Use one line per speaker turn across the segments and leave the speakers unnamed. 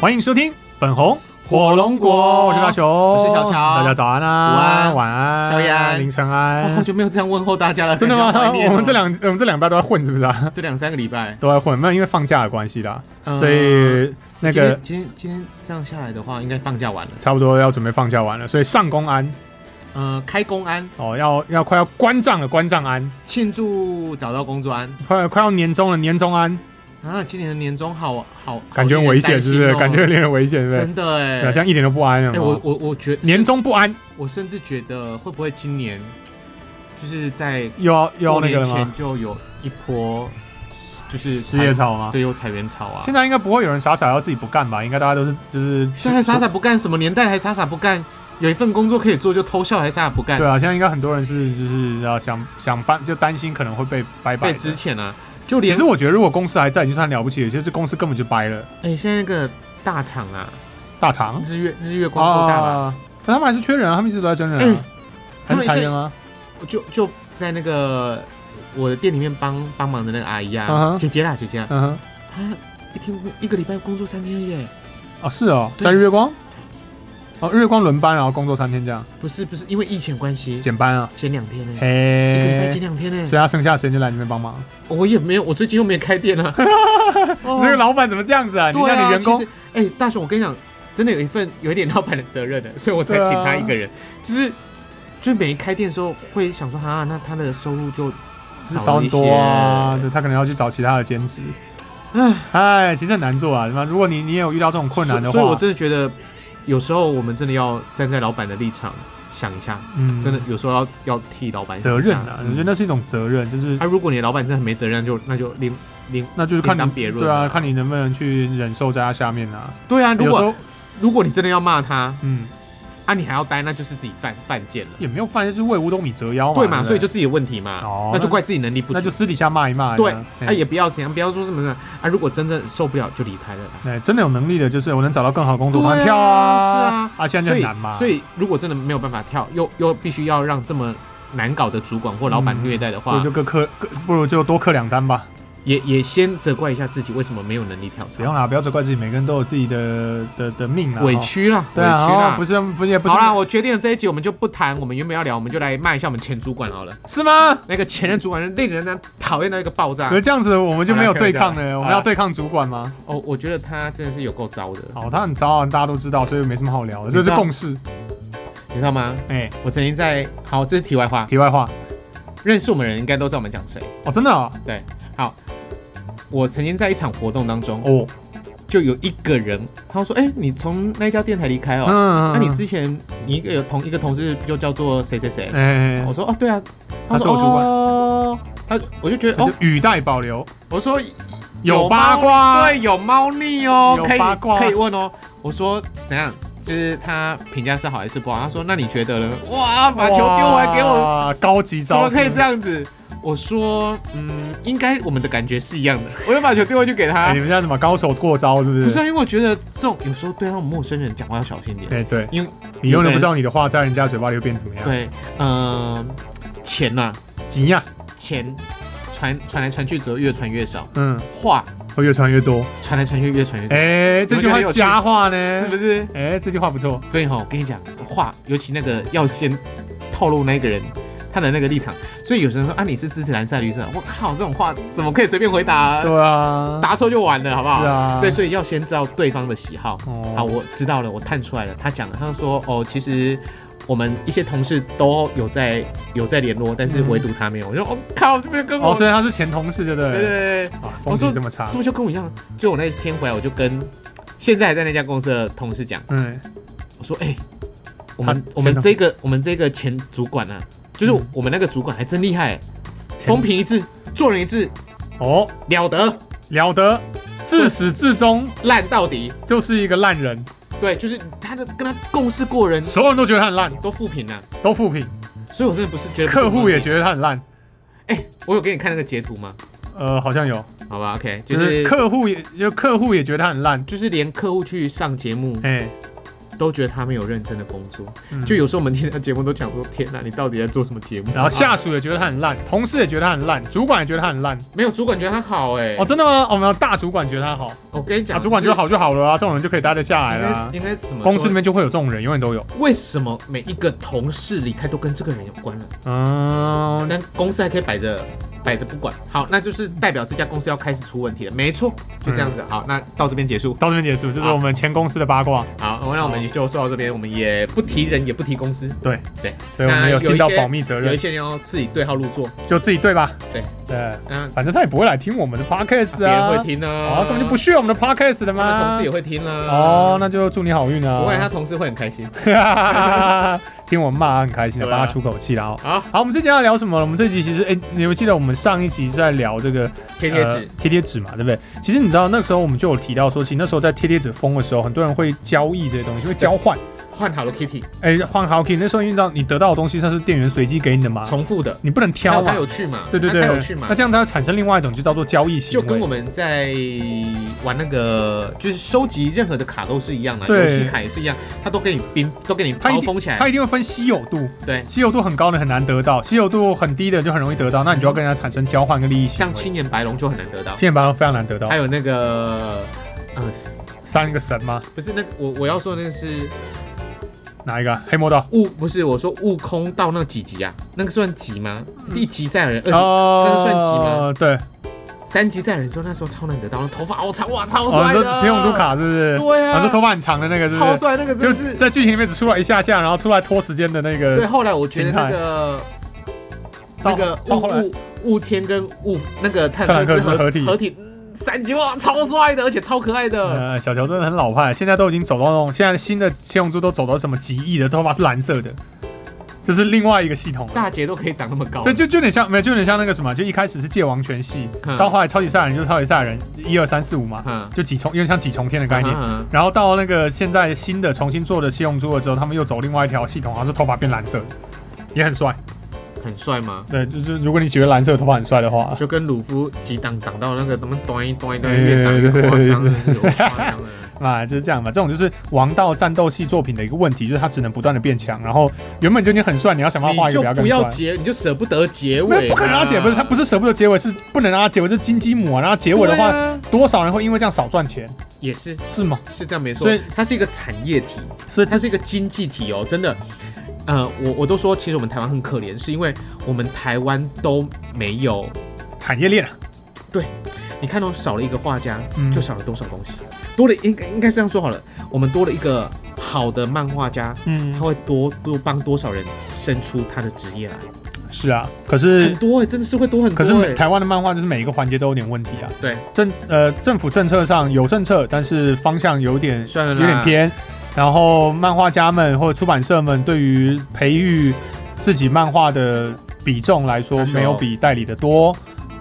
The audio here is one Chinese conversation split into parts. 欢迎收听粉红
火龙果
我是大雄，
我是小乔
大家早安啊，
午安
晚安，
宵夜安
凌晨
我
安
好，久哦没有这样问候大家了，
真的吗？
感觉好怀念哦
我们这两我们这两班都在混，是不是啊？
这两三个礼拜，
都在混，没有因为放假的关系啦，
嗯
所以那
今
个
天今天今天这样下来的话，应该放假完了。
差不多要准备放假完了，所以上公安
呃，开工安，
哦，要要快要关账了，关账安，
庆祝找到工作安
快快要年终了，年终安，
啊！今年的年终好好，好
感觉很危险，是不
令
是？
人担
感觉
心
有
哦
点危险，是不是？
真的
对啊，
哎
这。样一点都不安了
哎，
嘛。
我我我觉
年
甚，
终不安，
我甚至觉得会不会今年就是在
又要又要
过
那个了
年
吗
前？就有一波就是
失业
潮，
潮吗？
对，有裁员潮啊
现。在应该不会有人傻傻要自己不干吧？应该大家都是就是
现在还傻傻不干，什么年代还傻傻不干？有一份工作可以做就偷笑，还傻傻不干
对？啊，现在应该很多人是就是要想想办，就担心可能会被掰掰
被
的。
之前啊，就
其
连
实我觉得如果公司还在，已经算了不起了。其实公司根本就掰了，
哎、现在那个大厂啊，
大厂
日月日月光做大嗯吧，
啊，可他们还是缺人啊，他们一直都在真人啊，还是
他们
裁
是
员吗？
我就就在那个我的店里面帮帮忙的那个阿姨啊
嗯哼
姐姐啦，姐姐啊，
嗯哼，
她一天一个礼拜工作三天耶，
哦是哦，
对
在日月光，哦日月光轮班，然后工作三天这样，
不是不是，因为疫情关系
减班啊，
减两天呢、嗯一个礼拜
嘿
减，两天呢、
所以他剩下的时间就来你们帮忙。
我也没有，我最近又没开店了、啊哦
这个老板怎么这样子啊？你
对
让
啊，
你员
其
工
实，哎、大雄，我跟你讲，真的有一份有一点老板的责任的，所以我才
对啊
请他一个人，就是就是每一开店的时候会想说，哈，那他的收入就
少
了
很
一些
多啊，对他可能要去找其他的兼职。
唉
唉，其实很难做啊。什么？如果你你也有遇到这种困难的话，
所以我真的觉得，有时候我们真的要站在老板的立场想一下，
嗯
真的有时候要要替老板
责任啊，我觉
想一下
得
嗯
那是一种责任，就是
啊，如果你的老板真的很没责任，就那就另另
那就是看
另
你
当别论
对啊，
啊
看你能不能去忍受在他下面啊。
对啊，如
有时
果
候
如果你真的要骂他
嗯
啊，你还要待，那就是自己犯犯贱了，
也没有犯，就是为五斗米折腰嘛，
对
对
嘛？
不对
所以就自己的问题嘛
哦，
那就
那
怪自己能力不
那
足啊
就。私底下骂一骂。哎
对
这样，
啊，也不要怎样，不要说什么什么啊。如果真的受不了，就离开了啦。
哎，真的有能力的，就是我能找到更好的工作，
对啊
我跳
是
啊
啊，
啊，现在就
所
很
以
难嘛。
所以如果真的没有办法跳，又又必须要让这么难搞的主管或老板
嗯
虐待的
不如
话，
就各刻，各不如就多刻两单吧。
也也先责怪一下自己为什么没有能力跳
不用
槽，
啦，不要责怪自己，每个人都有自己的的的命啦。
委
哦
屈啦，委
对啊，
屈
哦
啦
不。是不是也不是
好啦，我决定了这一集我们就不谈，我们原本要聊，我们就来骂一下我们前主管好了。
是吗？
那个前任主管令人呢讨厌到一个爆炸
可。是这样子我们就没有对抗
好啦开玩
了，
笑
我们要对抗主管吗？
哦，我觉得他真的是有够糟的，
好，他很糟啊，大家都知道，所以没什么好聊的，这
知
是
道
共识。
你知道吗？
哎，
我曾经在好，这是题外话，
题外话，
认识我们的人应该都知道我们讲谁。
哦，真的啊
我曾经在一场活动当中，
哦，
就有一个人，他说：“哎、你从那一家电台离开
嗯
哦？
嗯，
那、你
己，
之前你一个有同一个同事就叫做谁谁谁？”
哎
我，说：“哦，对啊。”
他是我主管
哦、他我就觉得
那
哦
就，语带保留，
我说
有八卦，
对，有猫腻哦，
有
可以
八卦
可以问哦。我说怎样？就是他评价是好还是不好？他说：“那你觉得呢？”哇，把球丢回来给我，
我，高级
怎
招
么
式，
可以这样子？我说：“嗯，应该我们的感觉是一样的。”我就把球丢回去给他
哎？。你们现在什么高手过招是不是？
不是、啊，因为我觉得这种有时候对那种陌生人讲话要小心点。
哎，对，啊
因为
你永远不知道你的话在人家嘴巴里会变怎么样。，
对，嗯、钱呐、
急呀，
钱传传来传去，只会越传越少；
嗯，
话
会越传越多。
传来传去，越传越多，
哎，这句话佳话呢？
是不？是？
哎，这句话不错。
所以哈，我跟你讲，话尤其那个要先透露那个人他的那个立场。所以有些人说啊，你是支持蓝色还是绿色？我靠，这种话怎么可以随便回答、
对啊，
答错就完了，好不好？
是啊，
对，所以要先知道对方的喜好。
哦，
好，我知道了，我探出来了。他讲了，他就说哦，其实我们一些同事都有在有在联络，但是
嗯
唯独他没有。我说我、哦、靠，这边跟我、
哦，所以他是前同事，对不
对
对？
对对，
啊，
我
风
说
评这么差
是，不是就跟我一样？所以我那天回来，我就跟现在还在那家公司的同事讲，
嗯，
我说哎、我们
他
我们
前
这个我们这个前主管啊，就是
嗯
我们那个主管还真厉害、
前
风评一致，做人一致，
哦，
了得，
了得，自始至终
烂到底。
就是一个烂人，
对，就是他的跟他共事过的人
所有人都觉得他很烂，
都负评了、啊，
都负评，
所以我真的不是觉得
客户也
得。
觉得他很烂。
哎、我有给你看那个截图吗？
呃，好像有，
好吧，OK，就
就是
是
客户也就客户也觉得他很烂，
就是连客户去上节目，
哎，
都觉得他没有认真的工作。
嗯
就有时候我们听他节目都讲说，天哪，你到底在做什么节目？啊
然后下属也觉得他很烂，同事也觉得他很烂，主管也觉得他很烂。
没有主管觉得他好哎、
哦，真的吗？我们有大主管觉得他好，
我跟你讲，
啊，主管觉
就
得好就好了啊，这种人就可以待得下来
应
啦、
该应该嗯怎么说
公司里面就会有这种人，永远都有。
为什么每一个同事离开都跟这个人有关了？
嗯，
那公司还可以摆着摆着不管，好，那就是代表这家公司要开始出问题了。没错，就这样
嗯
子。好，那到这边结束。
到这边结束，这是
啊
我们前公司的八卦，
好，那我们就说到这边，我们也不提人，也不提公司，
对
对，
所以我们有尽到保密责
有一
任，
些人要自己对号入座。
就自己对吧？
对
对，
嗯，
反正他也不会来听我们的 podcast
别人
啊，
会听呢，
哦，根本就不屑我们的 podcast 的
他
嘛。
们同事也会听啦。
哦，那就祝你好运啊！
不会，他同事会很开心。
听我们骂很开心的，
对啊
帮他出口气啦哦。
好，
好，我们这集要聊什么？我们这集其实，哎、你们记得我们上一集是在聊这个
贴贴纸
呃，贴贴纸嘛，对不对？其实你知道那时候我们就有提到说，其实那时候在贴贴纸封的时候，很多人会交易这些东西，会交换。
换 Hello Kitty，
哎，换 h o k 那时候因为你知道你得到的东西，它是店员随机给你的嘛，
重复的，
你不能
才
挑
有才
嘛。
有趣嘛，
啊对对
那
对，
才有趣嘛
那。这样它会产生另外一种就叫做交易行
就
为。
跟我们在玩那个，就是收集任何的卡都是一样的，
对
游戏卡也是一样，它都给你冰，都给你
它一
包
定
封起来。
它一定会分稀有度，
对，
稀有度很高的很难得到，稀有度很低的就很容易得到，那你就要跟人家产生交换跟利益行
像
为。
青眼白龙就很难得到，
现在白非常难得到
还，有那个，呃，
三个神吗？
不是那我我要说的那个是
哪一个？黑魔道？
悟，不是我说悟空到那几级啊？那个算级吗？
嗯
一级赛亚人，二级、
哦，
那个算几吗？
对，
三级赛亚人说那时候超难得到，那头发好长哇，超
哦，
帅
你
的。
说永度，卡是不是？
对
啊，
啊，
说头发很长的那个是不
超
是？啊
帅那个真
就
的是。
在剧情里面只出来一下下，然后出来拖时间的那
对，
个，
后来我觉得
形态
那个
到
那个
到后来
雾雾雾天跟雾那个泰
特兰
坦
克
克
斯
斯合
合体
合体嗯三级哇，超帅的，而且超可爱的。
呃，小乔真的很老派，现在都已经走到那种，现在新的七龙珠都走到什么极翼的头发是蓝色的，这是另外一个系统了。
大姐都可以长那么高，
对，就就有点像，没有，就有点像那个什么，就一开始是界王全系，
嗯
到后来超级赛亚人就是超级赛亚人一二三四五嘛，
嗯，
就几重，有点像几重天的概念。
嗯
然后到那个现在新的重新做的七龙珠了之后，他们又走另外一条系统，好像是头发变蓝色的，也很帅。
很帅吗？
对，就是如果你觉得蓝色的头发很帅的话，
就跟鲁夫几档挡到那个他们端一端一端，
对
越挡越
对对
夸 张，
对
真的是有夸张的。
啊，就是这样嘛。这种就是王道战斗系作品的一个问题，就是它只能不断的变强，然后原本就已经很帅，你要想办法画
你
一个
就
比他
不
更
要
帅。
结，你就舍不得结
没
尾
有不
啊，
可能让他结尾，他不是舍不得结尾，是不能让他结尾，就是金鸡母啊。让他结尾的话，
对啊
多少人会因为这样少赚钱，
也是
是吗？
是这样没错
所以，
它是一个产业体，
所以
它
这
是一个经济体哦，真的。呃，我我都说，其实我们台湾很可怜，是因为我们台湾都没有，
产业链啊，
你看到、哦少了一个画家，
嗯
就少了多少东西，多了应该应该这样说好了，我们多了一个好的漫画家，他
嗯，
会多多帮多少人生出他的职业来，
是啊。可
很
是
多哎、真的是会多很
可是
多
每
哎、
台湾的漫画就是每一个环节都有点问题啊。
对，
政呃政府政策上有政策，但是方向有点
算了
有
啦，
点偏。然后漫画家们或者出版社们对于培育自己漫画的比重来说
那，时候
没有比代理的多。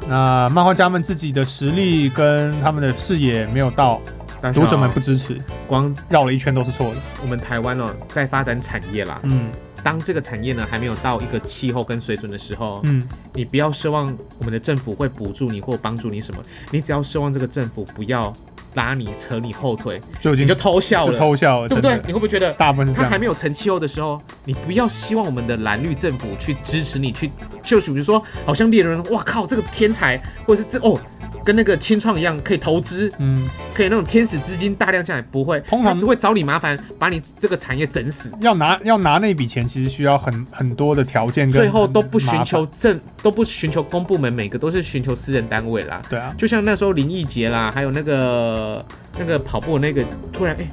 那漫画家们自己的实力跟他们的视野没有到，
但是哦
读者们不支持，
光
绕了一圈都是错的。
我们台湾哦，在发展产业啦，
嗯
当这个产业呢还没有到一个气候跟水准的时候，
嗯，
你不要奢望我们的政府会补助你或帮助你什么，你只要奢望这个政府不要拉你扯你后腿，
就已经
你就偷笑
就
了，
偷笑了，
对不
真
对
的？。
你会不会觉得
大部分是这
他还
样，
没有成气候的时候，你不要希望我们的蓝绿政府去支持你，去就是比如说，好像猎人，哇靠，这个天才，或者是这哦，跟那个清创一样，可以投资，
嗯，
可以那种天使资金大量下来，不会，
通
他
常
只会找你麻烦，把你这个产业整死。
要拿要拿那笔钱，其实需要很很多的条件跟
最后都不
麻
寻
烦
求政，都不寻求公部门，每个都是寻求私人单位啦。
对啊，
就像那时候林奕杰啦，还有那个那个跑步的那个，突然哎、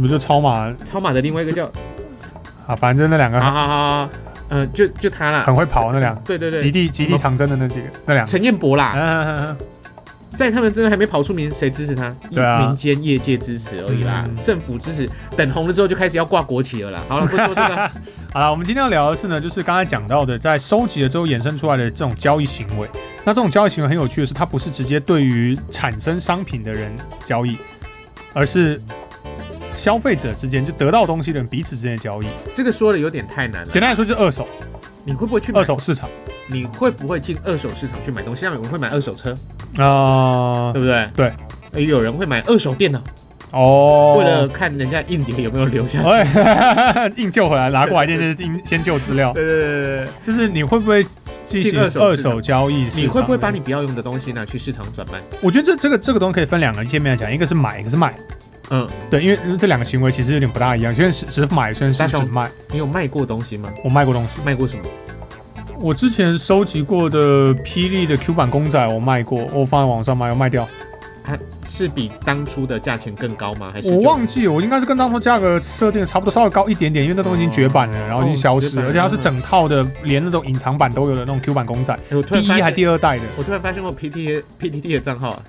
不就超马
超马的另外一个叫
啊，反正就那两个
啊啊啊，呃，就就他啦，
很会跑那两啊个
对对
极
对，
地极地长征的那几个那两个，
陈彦博啦，
嗯，
在他们真的还没跑出名，谁支持他？
对啊
民间业界支持而已啦，
嗯
政府支持，等红了之后就开始要挂国旗了啦。好了，不说这个，
好了，我们今天要聊的是呢，就是刚才讲到的，在收集了之后衍生出来的这种交易行为。那这种交易行为很有趣的是，它不是直接对于产生商品的人交易，而是消费者之间就得到东西的人彼此之间的交易。
这个说的有点太难了。
简单来说，就是二手
你会不会去买
二？手市场
你会不会进二手市场去买东西？像有人会买二手车，
啊、
对不对？
对
对，有人会买二手电脑，
哦，
为 了看人家硬碟有没有留下。
喂，硬救回来，拿过来，这是硬先救资料。
对对对对对，
就是你会不会进行
进二手市场
二手交易？
你会不会把你？不要用的东西拿去市场转卖？
我觉得这这个这个东西可以分两个切面来啊讲，一个是买，一个是卖。
嗯，
对，因为这两个行为其实有点不大一样。虽然是只买，虽然是
大
只
雄
卖，
你有卖过东西吗？
我卖过东西。
卖过什么？
我之前收集过的霹雳的 Q 版公仔，我卖过，我放在网上卖，要卖掉。
还是比当初的价钱更高吗？还是
我
就
忘记了，我应该是跟当初价格设定的差不多，稍微高一点点，因为那东西已经绝版了，然后已经消失了，
哦
而且它是整套的，连那种隐藏版都有的那种 Q 版公仔，
哎我突
第
然
一
发
E 还
现，
第二代的，
我突然发现我 P T P T T 的账号啊，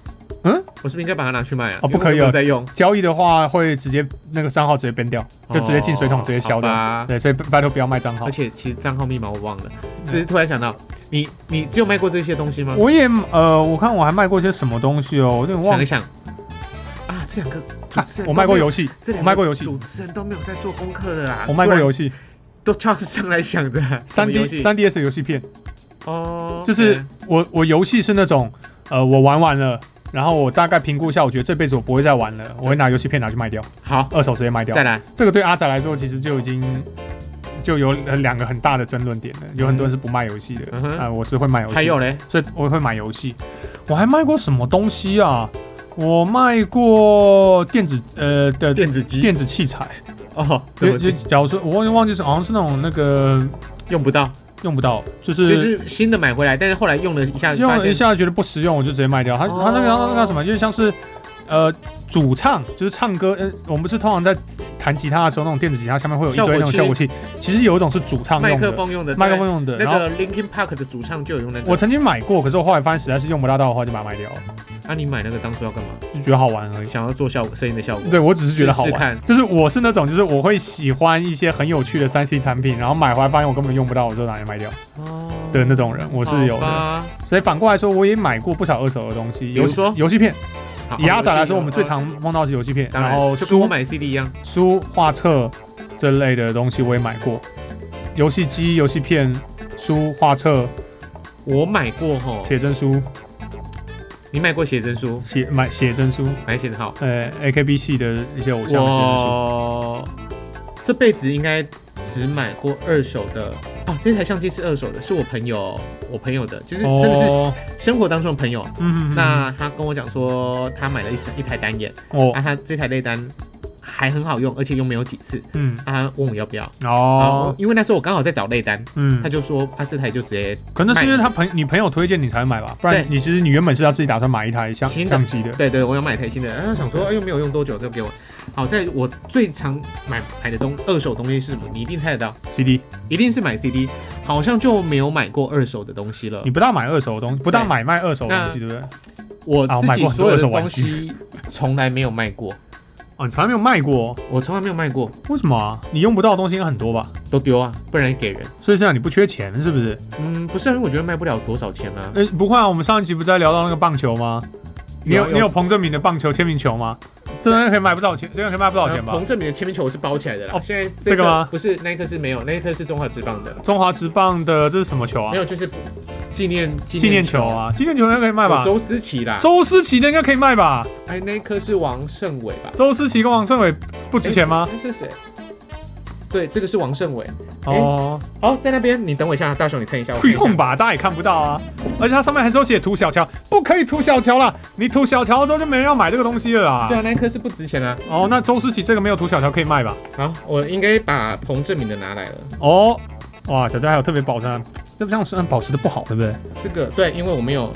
嗯，
我是不是应该把它拿去卖啊？
哦不
因为我
可以
没有
哦
在用，
交易的话会直接那个账号直接变掉，就直接进水桶直接消掉。
哦好吧
对，所以拜托不要卖账号
而。且其实账号密码我忘了，
嗯
只是突然想到，你你只有卖过这些东西吗？
我也呃，我看我还卖过些什么东西哦，我有点忘
想
了
一。想，啊，这两个主
啊
持人都没有、
我卖过游戏，
这
我
两个
卖过游戏
主持人都没有在做功课的啦。
我卖过
不然
游戏，
都跳上来想的什
三
么
D
游戏
三 DS 游戏片，
哦，
就是
对
我我游戏是那种呃，我玩完了。然后我大概评估一下，我觉得这辈子我不会再玩了，我会拿游戏片拿去卖掉，
好，
二手直接卖掉
再。来，
这个对阿仔来说，其实就已经就有呃两个很大的争论点了。有很多人是不卖游戏的，
嗯
啊、
哼，
我是会卖游戏，
还有嘞，
所以我会买游戏。我还卖过什么东西啊？我卖过电子呃的
电子机
电子器材，
哦，怎
就
么
就假如说我忘记忘记是好像是那种那个
用不到？
用不到，就。
就是是新的买回来，但是后来用了一下，
用
发
了一
现
下觉得不实用，我就直接卖掉。它它那个
哦
那个什么，就是像是，呃，主唱就是唱歌，呃，我们不是通常在弹吉他的时候，那种电子吉他下面会有一堆那种
效
效
果
果器，其实有一种是主唱
麦
用的，
克风用的，
麦克风用的。
对。那
然后
个 Linkin Park 的主唱就有用那个，
我曾经买过，可是我后来发现实在是用不大到的话，就把它卖掉
嗯
了，
那啊你买那个当初要干嘛？
就觉得好玩而已。
想要做效果声音的效果，
对，我只是觉得好
试试
玩，
看
就是我是那种，就是我会喜欢一些很有趣的三 C 产品，然后买回来发现我根本用不到，我就拿去卖掉
哦
的那种人，我是有
好
的。
吧
所以反过来说，我也买过不少二手的东西，
比如
游戏
说啊
游戏片。
好
以阿仔来说，
游戏
我们最常碰到的是游戏片，
当然
然后
就跟我
书、
买 CD 一样，
书、画册这类的东西我也买过，游戏机、游戏片、书、画册、
我买过吼，
写真书、
你买过写真书，
写买写真书，
买写真号，
呃，AKB 系的一些偶像写真书。
我这辈子应该只买过二手的哦，这台相机是二手的，是我朋友，我朋友的，就是真的是
哦，
生活当中的朋友。
嗯，嗯
那他跟我讲说，他买了一台一台单眼，
嗯哦
啊，，他这台内单还很好用，而且用没有几次。
嗯，
啊，他问我要不要？啊，我
哦，
因为那时候我刚好在找内单，他
嗯，
就说啊，这台就直接
可能是因为他朋你朋友推荐你才买吧，不然
对
你其实你原本是要自己打算买一台相
新的
相机的，
对对，我要买一台新的。然后想说，哎，又没有用多久，这给我。好在我最常买买的东二手东西是什么？你一定猜得到，
CD，
一定是买 CD，好像就没有买过二手的东西了
你。不大买二手的东西，不大买卖二手的东西，对不对？
我
啊我
自
买
己
过很多
所有
二
的
手玩
东西从来没有卖过，
哦，你从来没有卖过，
我从来没有卖过，
为什么啊？你用不到的东西应该很多吧？
都丢啊，不然给人。
所以现在你不缺钱是不是？
嗯，不是，因为我觉得卖不了多少钱啊。
呃，不会啊，我们上一集不是在聊到那个棒球吗？你有
有有
你有彭正明的棒球签名球吗？这东西可以卖不少钱，这个可以卖不少钱吧
呃彭？正明的铅笔球我是包起来的啦。
哦
现在这
这个吗
不是那一颗是没有，那一颗是中华职棒的，
中华职棒的这是什么球啊
没？有就是纪念
纪念球，啊，纪念球应该可以卖吧
有？周思齐啦。
周思齐的应该可以卖吧？
哎，那一颗是王胜伟吧？
周思齐跟王胜伟不值钱吗？
诶？这这是谁？对，这个是王胜伟。诶
哦，
哦，在那边，你等我一下，大雄，你称一下。我
不
看一下
用吧，大家也看不到啊。而且它上面还是有写涂小乔，不可以涂小乔啦，你涂小乔之后就没人要买这个东西了
对
啦。
啊，那一颗是不值钱啊。
哦，那周思齐这个没有涂小乔可以卖吧？
好，我应该把彭正明的拿来了。
哦，哇，小乔还有特别保存，啊这不像虽然保持的不好，对不对？
这个对，因为我没有，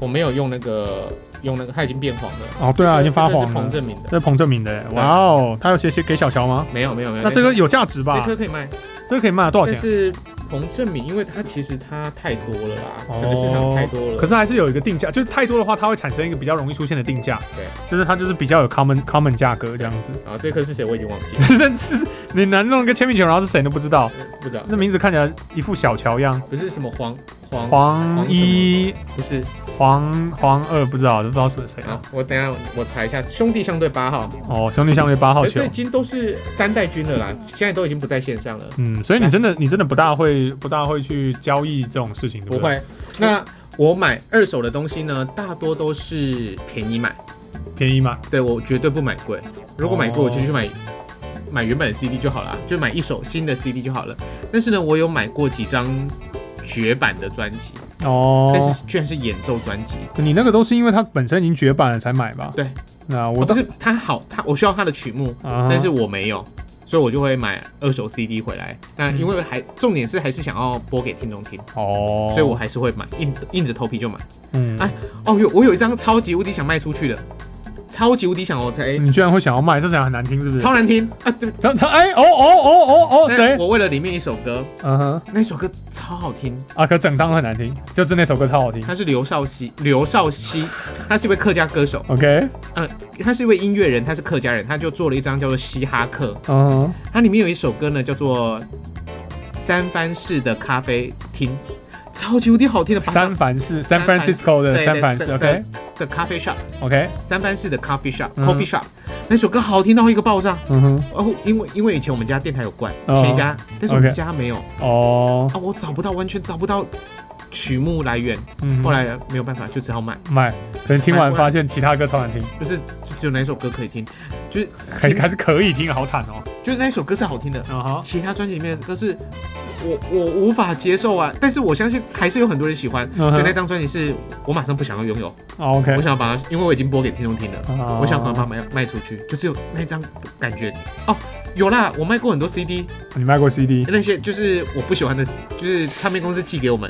我没有用那个用那个，它已经变黄了。
哦，对啊，已经发
这个
黄
是
了
彭。正明的，
这是彭正明的耶，哇哦，他有写写给小乔吗？
没有没有没有。
那这个有价值
这
吧？
颗可以卖，
这个可以卖多少
但
钱？
是彭正明，因为它其实它太多了啦
哦，
整个市场太多了。
可是还是有一个定价，就是太多的话，它会产生一个比较容易出现的定价。
对，
就是它就是比较有 common common 价格这样子。
啊，这颗是谁我已经忘记了，
这是你难弄一个签名球，然后是谁都不知道，
不知道。
那名字看起来一副小乔样。
不是什么黄黄
黄一、
不是
黄黄二不知道，都不知道是谁
啊
啊。，
我等一下我查一下，兄弟相对八号，
哦，兄弟相对八号
可
球
哎这已。经都是三代军了啦，现在都已经不在线上了，
嗯，所以你真的你真的不大会不大会去交易这种事情，对
不
对？
会。那我买二手的东西呢，大多都是便宜买，
便宜买。
对我绝对不买贵，如果买贵，
哦
我就去买、买原本的 CD 就好了，就买一首新的 CD 就好了。但是呢，我有买过几张绝版的专辑，
哦，
但是居然是演奏专辑。
你那个都是因为它本身已经绝版了才买吧？
对，
那
我
我
哦不是它好，它我需要它的曲目，
啊哈
但是我没有，所以我就会买二手 CD 回来。那因为还重点是还是想要播给听众听，
嗯哦，
所以我还是会买，硬硬着头皮就买。
嗯，
哎哦，有我有一张超级无敌想卖出去的，超级无敌想哦，才、
你居然会想要卖，这讲很难听是不是
超？难听啊！对，
超超哎嗯哦哦哦哦哦
但
谁？
我为了里面一首歌，
嗯哼
那首歌超好听，
啊，可整张都很难听，就是那首歌超好听。
他是刘少熙，刘少熙，他是一位客家歌手，
OK，
他是一位音乐人，他是客家人，他就做了一张叫做《嘻哈客》，
嗯哼，
它里面有一首歌呢，叫做《三藩市的咖啡厅》，超级无敌好听的，把
三藩市 San Francisco 的
啊对
三藩市
对对
，OK
的咖啡 shop，
OK，
三藩市的 coffee shop、
嗯
coffee shop 那首歌好听到一个爆炸。
嗯哼，
哦，因为因为以前我们家电台有灌，
哦
前一家，但是我们
OK
家没有啊，
哦，
我找不到，完全找不到曲目来源，
嗯，
后来没有办法，就只好买，
买，可能听完发现其他歌超难听，
就是就只有哪一首歌可以听，就是
还还是可以听，好惨哦。
就是那一首歌是好听的，
嗯哼，
其他专辑里面的歌是我我无法接受啊，但是我相信还是有很多人喜欢，
嗯哼
所以那张专辑是我马上不想要拥有，
哦 OK，
我想要把它，因为我已经播给听众听了。
啊
我想把它卖卖出去，就只有那张感觉哦，有啦，我卖过很多 CD，
你卖过 CD？OK，、
那些就是我不喜欢的，就是唱片公司寄给我们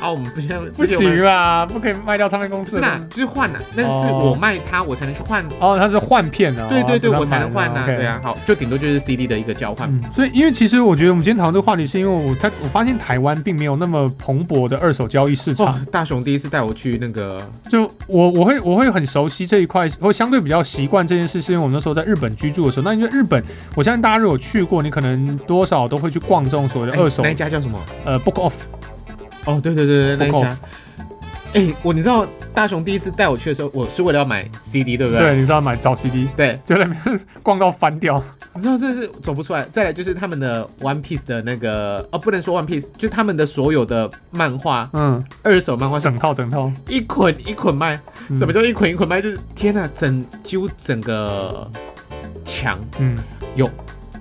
啊，我们不喜欢，
不
之前我们
行啦，不可以卖掉唱片公
不
司
是
的。
啦，就是换啦，但是
哦
我卖它，我才能去换，
哦，它是换片的、哦，
对对对，
不是
我才能
买
换
的
呐，
OK
对啊，好，就顶多就是 CD 的一个交换，
嗯，所以因为其实我觉得我们今天讨论这个话题，是因为我他我发现台湾并没有那么蓬勃的二手交易市场。
哇，哦大雄第一次带我去那个
就我我会我会很熟悉这一块，或相对比较习惯这件事，是因为我们那时候在日本居住的时候。那因为日本，我相信大家如果去过，你可能多少都会去逛这种所谓的
哎
二手、
那一家叫什么？
呃 book off。
哦，对对对对，那
Book
一家。哎、我你知道大雄第一次带我去的时候，我是为了要买 CD，对不对？
对，你知道买找 CD，
对，
就在那边逛到翻掉。
你知道这是走不出来。再来就是他们的 One Piece 的那个，哦，不能说 One Piece，就他们的所有的漫画，
嗯，
二手漫画是
整套整套。
一捆一捆卖。
嗯
什么叫一捆一捆卖？就是天哪，整几乎整个墙
嗯，
有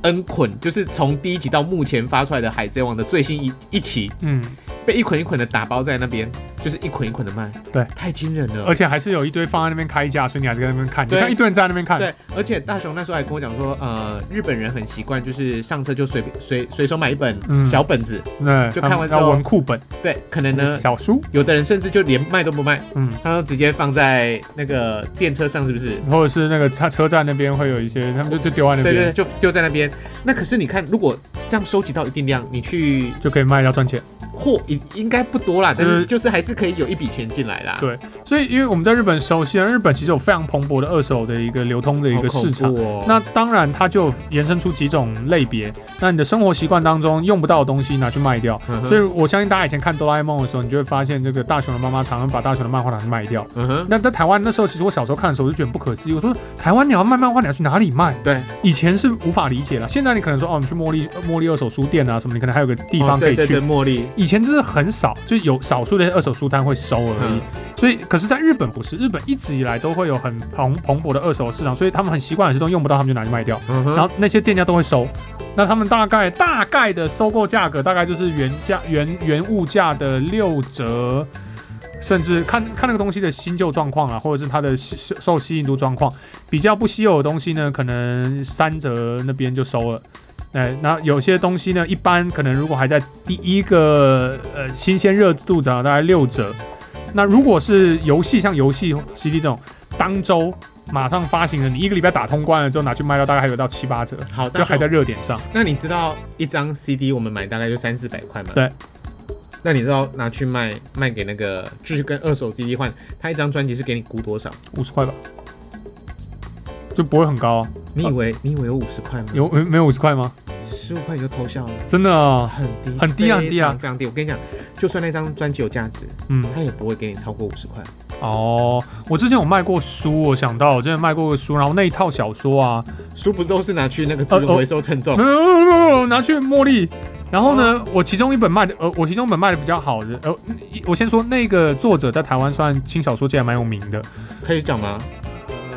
N 捆，就是从第一集到目前发出来的《海贼王》的最新一一期，
嗯，
被一捆一捆的打包在那边，就是一捆一捆的卖。
对
太惊人了。
而且还是有一堆放在那边开价，所以你还是在那边看，你
对
看一堆人在那边看。
对，而且大雄那时候还跟我讲说，呃，日本人很习惯，就是上车就随便随随手买一本
嗯
小本子，
对，
就看完之后
要文库本、
对，可能呢，
小书，
有的人甚至就连卖都不卖，
嗯，
他都直接放在那个电车上，是不是？
或者是那个他车站那边会有一些，他们就就丢在那
对对，对
边，
就丢在那边。那可是你看，如果这样收集到一定量，你去
就可以卖掉赚钱。
货应应该不多啦，但
就是
是就是还是可以有一笔钱进来啦。
对所以，因为我们在日本熟悉啊了，日本其实有非常蓬勃的二手的一个流通的一
好
个
恐
市场。
怖哦，
那当然，它就延伸出几种类别。那你的生活习惯当中用不到的东西拿去卖掉，
那
所以
以
我相信大家以前看哆啦 A 梦的时候，你就会发现这个大雄的妈妈常常把大雄的漫画拿去卖掉。
嗯哼，
那在台湾那时候，其实我小时候看的时候，我就觉得很不可思议。我说台湾你要卖漫画，你要去哪里卖？
对，
以前是无法理解的。现在你可能说哦，你去茉莉茉莉二手书店啊什么，你可能还有个地
哦
方可以
对
去。
对对，茉莉，
以前真的很少，就有少数的二手书摊会收而已。
嗯
所以，可是，在日本不是，日本一直以来都会有很蓬蓬勃的二手市场，所以他们很习惯，有些东西用不到，他们就拿去卖掉。
嗯哼
然后那些店家都会收，那他们大概大概的收购价格大概就是原价原原物价的六折，甚至看看那个东西的新旧状况啊，或者是它的吸受受吸引度状况。比较不稀有的东西呢，可能三折那边就收了。哎，那有些东西呢，一般可能如果还在第一个呃新鲜热度的，啊大概六折。那如果是游戏，像游戏 CD 这种，当周马上发行的，你一个礼拜打通关了之后拿去卖掉，大概还有到七八折，
好，大
就还
雄
在热点上。
那你知道一张 CD 我们买大概就三四百块嘛？
对。
那你知道拿去卖卖给那个，就是跟二手 CD 换，他一张专辑是给你估多少？
五十块吧，就不会很高、啊。
你以为、你以为有五十块吗？
有没没有五十块吗？
十五块你就偷笑了，
真的啊，
很低，
很低啊很低啊
非常非常低。我跟你讲，就算那张专辑有价值，
嗯，
他也不会给你超过五十块。
哦，我之前有卖过书，我想到我之前卖过书，然后那一套小说啊，
书不都是拿去那个资源
呃哦
回收称重？哦
嗯 拿去茉莉。然后呢，我其中一本卖的，呃，我其中一本卖的比较好的，呃，一我先说那个作者在台湾算轻小说界还蛮有名的，
可以讲吗？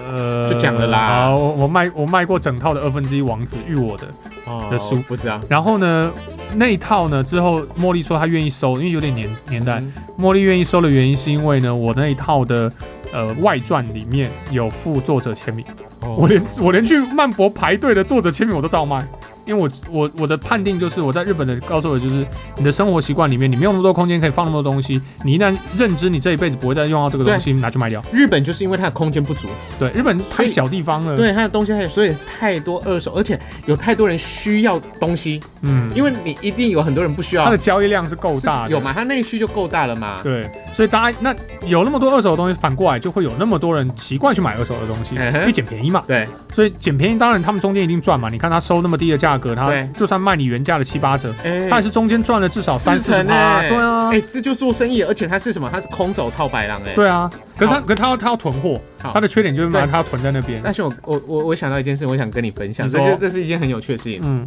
呃，
就讲了啦
好，我我卖我卖过整套的二分之一王子遇我的，
哦
的书
不知道。
然后呢，那一套呢之后，茉莉说她愿意收，因为有点年年代。
嗯
茉莉愿意收的原因是因为呢，我那一套的呃外传里面有附作者签名，
哦
我连我连去曼博排队的作者签名我都照卖。因为我我我的判定就是我在日本的告诉我就是你的生活习惯里面你没有那么多空间可以放那么多东西，你一旦认知你这一辈子不会再用到这个东西，拿去卖掉。
日本就是因为它的空间不足，
对，日本
所
太
以
小地方了。，
对它的东西还有，所以太多二手，而且有太多人需要东西，
嗯，
因为你一定有很多人不需要。
它的交易量是够
是
大的，
有嘛？它内需就够大了嘛。
对，所以大家那有那么多二手的东西，反过来就会有那么多人习惯去买二手的东西，
嗯哼
因为捡便宜嘛。
对
所以捡便宜，当然他们中间一定赚嘛。你看他收那么低的价格，他
对
就算卖你原价的七八折，
哎
他还是中间赚了至少三四
四
十
成
趴。
欸
对啊，
哎、这就做生意，而且它是什么？它是空手套白狼哎、
对啊。可是他，可是他要他要囤货，
好
他的缺点就是嘛，
对哎
他要囤在那边。
但是我我我我想到一件事，我想跟你分享，
你
这
说
这这是一件很有趣的事情。
嗯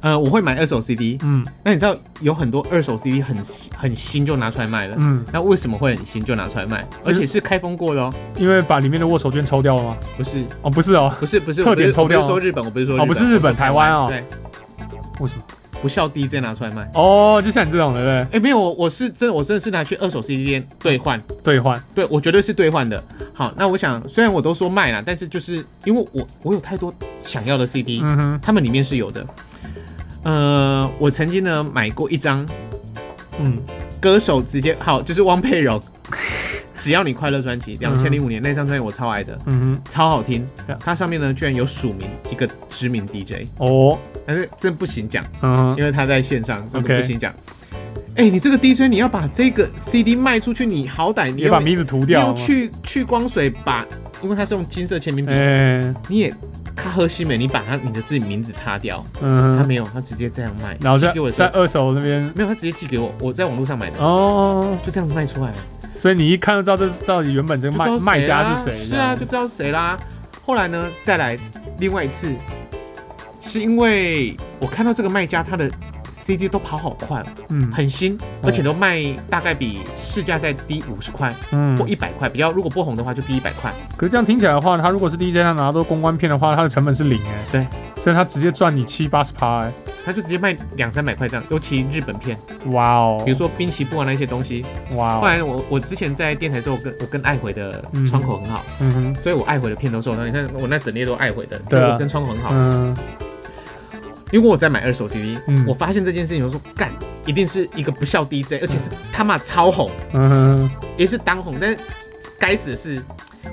呃，我会买二手 CD，
嗯
那你知道有很多二手 CD 很很新就拿出来卖了。
嗯，
那为什么会很新就拿出来卖？而且是开封过的哦，
因为把里面的握手券抽掉了吗？
不是
哦，不是哦，
不是不是，
特点
我不是
抽掉
我不是说日本，我不是说
哦不是日本
我说
台湾哦
对，
为什么？
不孝弟直接拿出来卖。
哦，就像你这种的对不
哎，没有，我我是真的，我真的是拿去二手 CD 店兑换，
对兑换，
对我绝对是兑换的。好，那我想虽然我都说卖啦，但是就是因为我我有太多想要的 CD，
嗯哼，
他们里面是有的。呃，我曾经呢买过一张
嗯
歌手直接好，就是汪佩柔，《 只要你快乐》专辑，两千零五年那张专辑我超爱的，
嗯哼，
超好听
嗯 Yeah。
它上面呢居然有署名一个知名 DJ，
哦，
但是真哎不行讲，
嗯哼，
因为他在线上，真的
OK
不行讲。哎、你这个 DJ 你要把这个 CD 卖出去，你好歹你
也
用
把名字涂
你
掉
用
了嘛。
去去光水把，因为它是用金色签 名笔，
哎，
你也卡喝西美，你把它你的自己名字擦掉，
嗯
他
哼，
没有，他直接这样卖，
然后
寄
在
给我的时
在
候
二手那边，
没有，他直接寄给我，我在网络上买的，
哦，
就这样子卖出来，
所以你一看就知道这到底原本这个
就知道
卖
谁啦
卖家是谁。
是啊，就知道谁啦。后来呢，再来另外一次，是因为我看到这个卖家他的 CD 都跑好快哦，
嗯
很新，而且都卖大概比市价再低五十块或
嗯。
一百块，比较如果不红的话就低一百块，
可是这样听起来的话，他如果是 DJ，他拿到公关片的话，他的成本是零哎。
对，
所以他直接赚你七八十趴哎。
他就直接卖两三百块这样。尤其日本片，
哇哦，
比如说滨崎步啊那些东西。
哇
后
哦，
来我我之前在电台的时候，我跟我跟爱回的
嗯
窗口很好，
嗯哼，
所以我爱回的片都是我那你看我那整列都爱回的，
对啊
就我跟窗口很好。
嗯
因为我在买二手 CD，、
嗯
我发现这件事情，我说干，一定是一个不孝 DJ，而且是他妈超红，
嗯哼
也是当红，但是该死的是，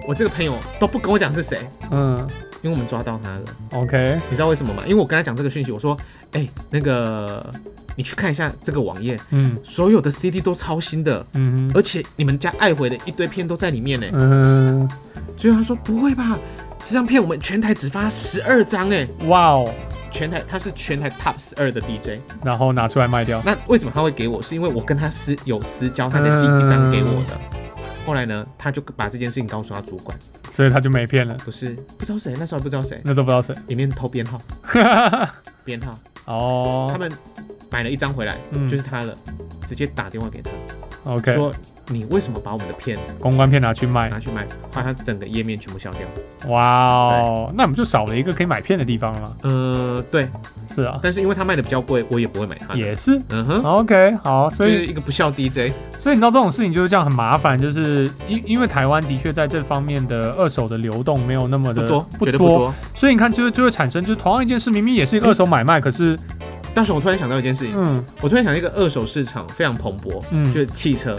我这个朋友都不跟我讲是谁，
嗯
因为我们抓到他了。
，OK，
你知道为什么吗？因为我跟他讲这个讯息，我说，哎、那个你去看一下这个网页，
嗯
所有的 CD 都超新的。
嗯哼
而且你们家爱回的一堆片都在里面呢、
嗯哼，
最后他说不会吧，这张片我们全台只发十二张哎，
哇哦，
全台他是全台 top 十二的 DJ，
然后拿出来卖掉。
那为什么他会给我？是因为我跟他私有私交，他才寄一张给我的。后来呢，他就把这件事情告诉他主管，
所以他就没骗了，
不是不知道谁，那时候还不知道谁，
那都不知道谁。
里面偷编号，编号，他
哦，
们买了一张回来，
嗯
就是他了，直接打电话给他
OK，
说你为什么把我们的片
公关片拿去卖。
拿去卖？后来他整个页面全部消掉。
哇哦，那我们就少了一个可以买片的地方了嘛。
呃，对，
是啊，
但是因为他卖的比较贵，我也不会买他的。
也是。
嗯哼，
OK，好，所
就
以
是一个不孝 DJ。
所以你知道这种事情就是这样很麻烦，就是因因为台湾的确在这方面的二手的流动没有那么的
不多，绝对不多。
所以你看就就会产生，就是同样一件事，明明也是一个二手买卖，可是
但是我突然想到一件事情，
嗯
我突然想到一个二手市场非常蓬勃，
嗯
就是汽车，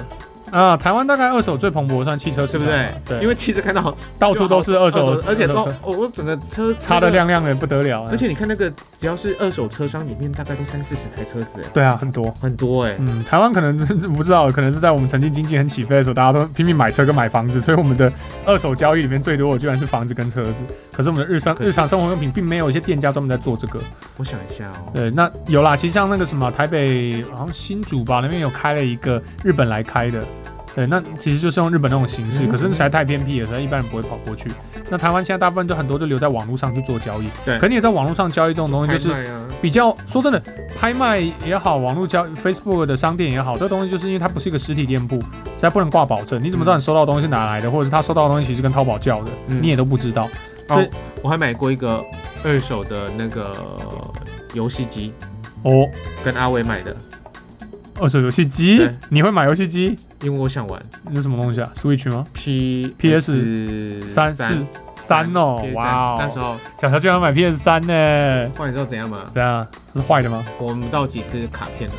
啊、台湾大概二手最蓬勃算汽车市
对不
场
对
嘛，？为
因为汽车看到
到处都是嗯二手，
而且都
二手车
哦，我整个车
擦的，亮亮的不得了、
那个而且你看那个，只要是二手车商里面，大概都三四十台车子，哎
对啊，很多。
很多哎。
嗯，台湾可能 不知道，可能是在我们曾经经济很起飞的时候，大家都拼命买车跟买房子，所以我们的二手交易里面最多的居然是房子跟车子。可是我们的日常
可是
日常生活用品并没有一些店家专门在做这个。
我想一下哦，
对，那有啦，其实像那个什么台北好像新竹吧，那边有开了一个日本来开的，对，那其实就是用日本那种形式，
嗯
可是那实在太偏僻了，所以一般人不会跑过去。那台湾现在大部分都很多就留在网络上去做交易，
对
可你也知道，网络上交易这种东西就是
拍卖啊，
比较说真的，拍卖也好，网络交 Facebook 的商店也好，这东西就是因为它不是一个实体店铺，实在不能挂保证。你怎么知道你收到的东西是哪来的，或者是他收到的东西其实跟淘宝叫的，
嗯
你也都不知道。所以
哦，我还买过一个二手的那个游戏机，
哦，
跟阿伟买的，
二手游戏机
对，
你会买游戏机？
因为我想玩
那什么东西啊？Switch 吗？
P
PS 三四三哦，哇
那时
哦！
候，
小乔居然买 PS 三呢？
不然你知道怎样吗？
怎样？是坏的吗？
我们到几次卡片了，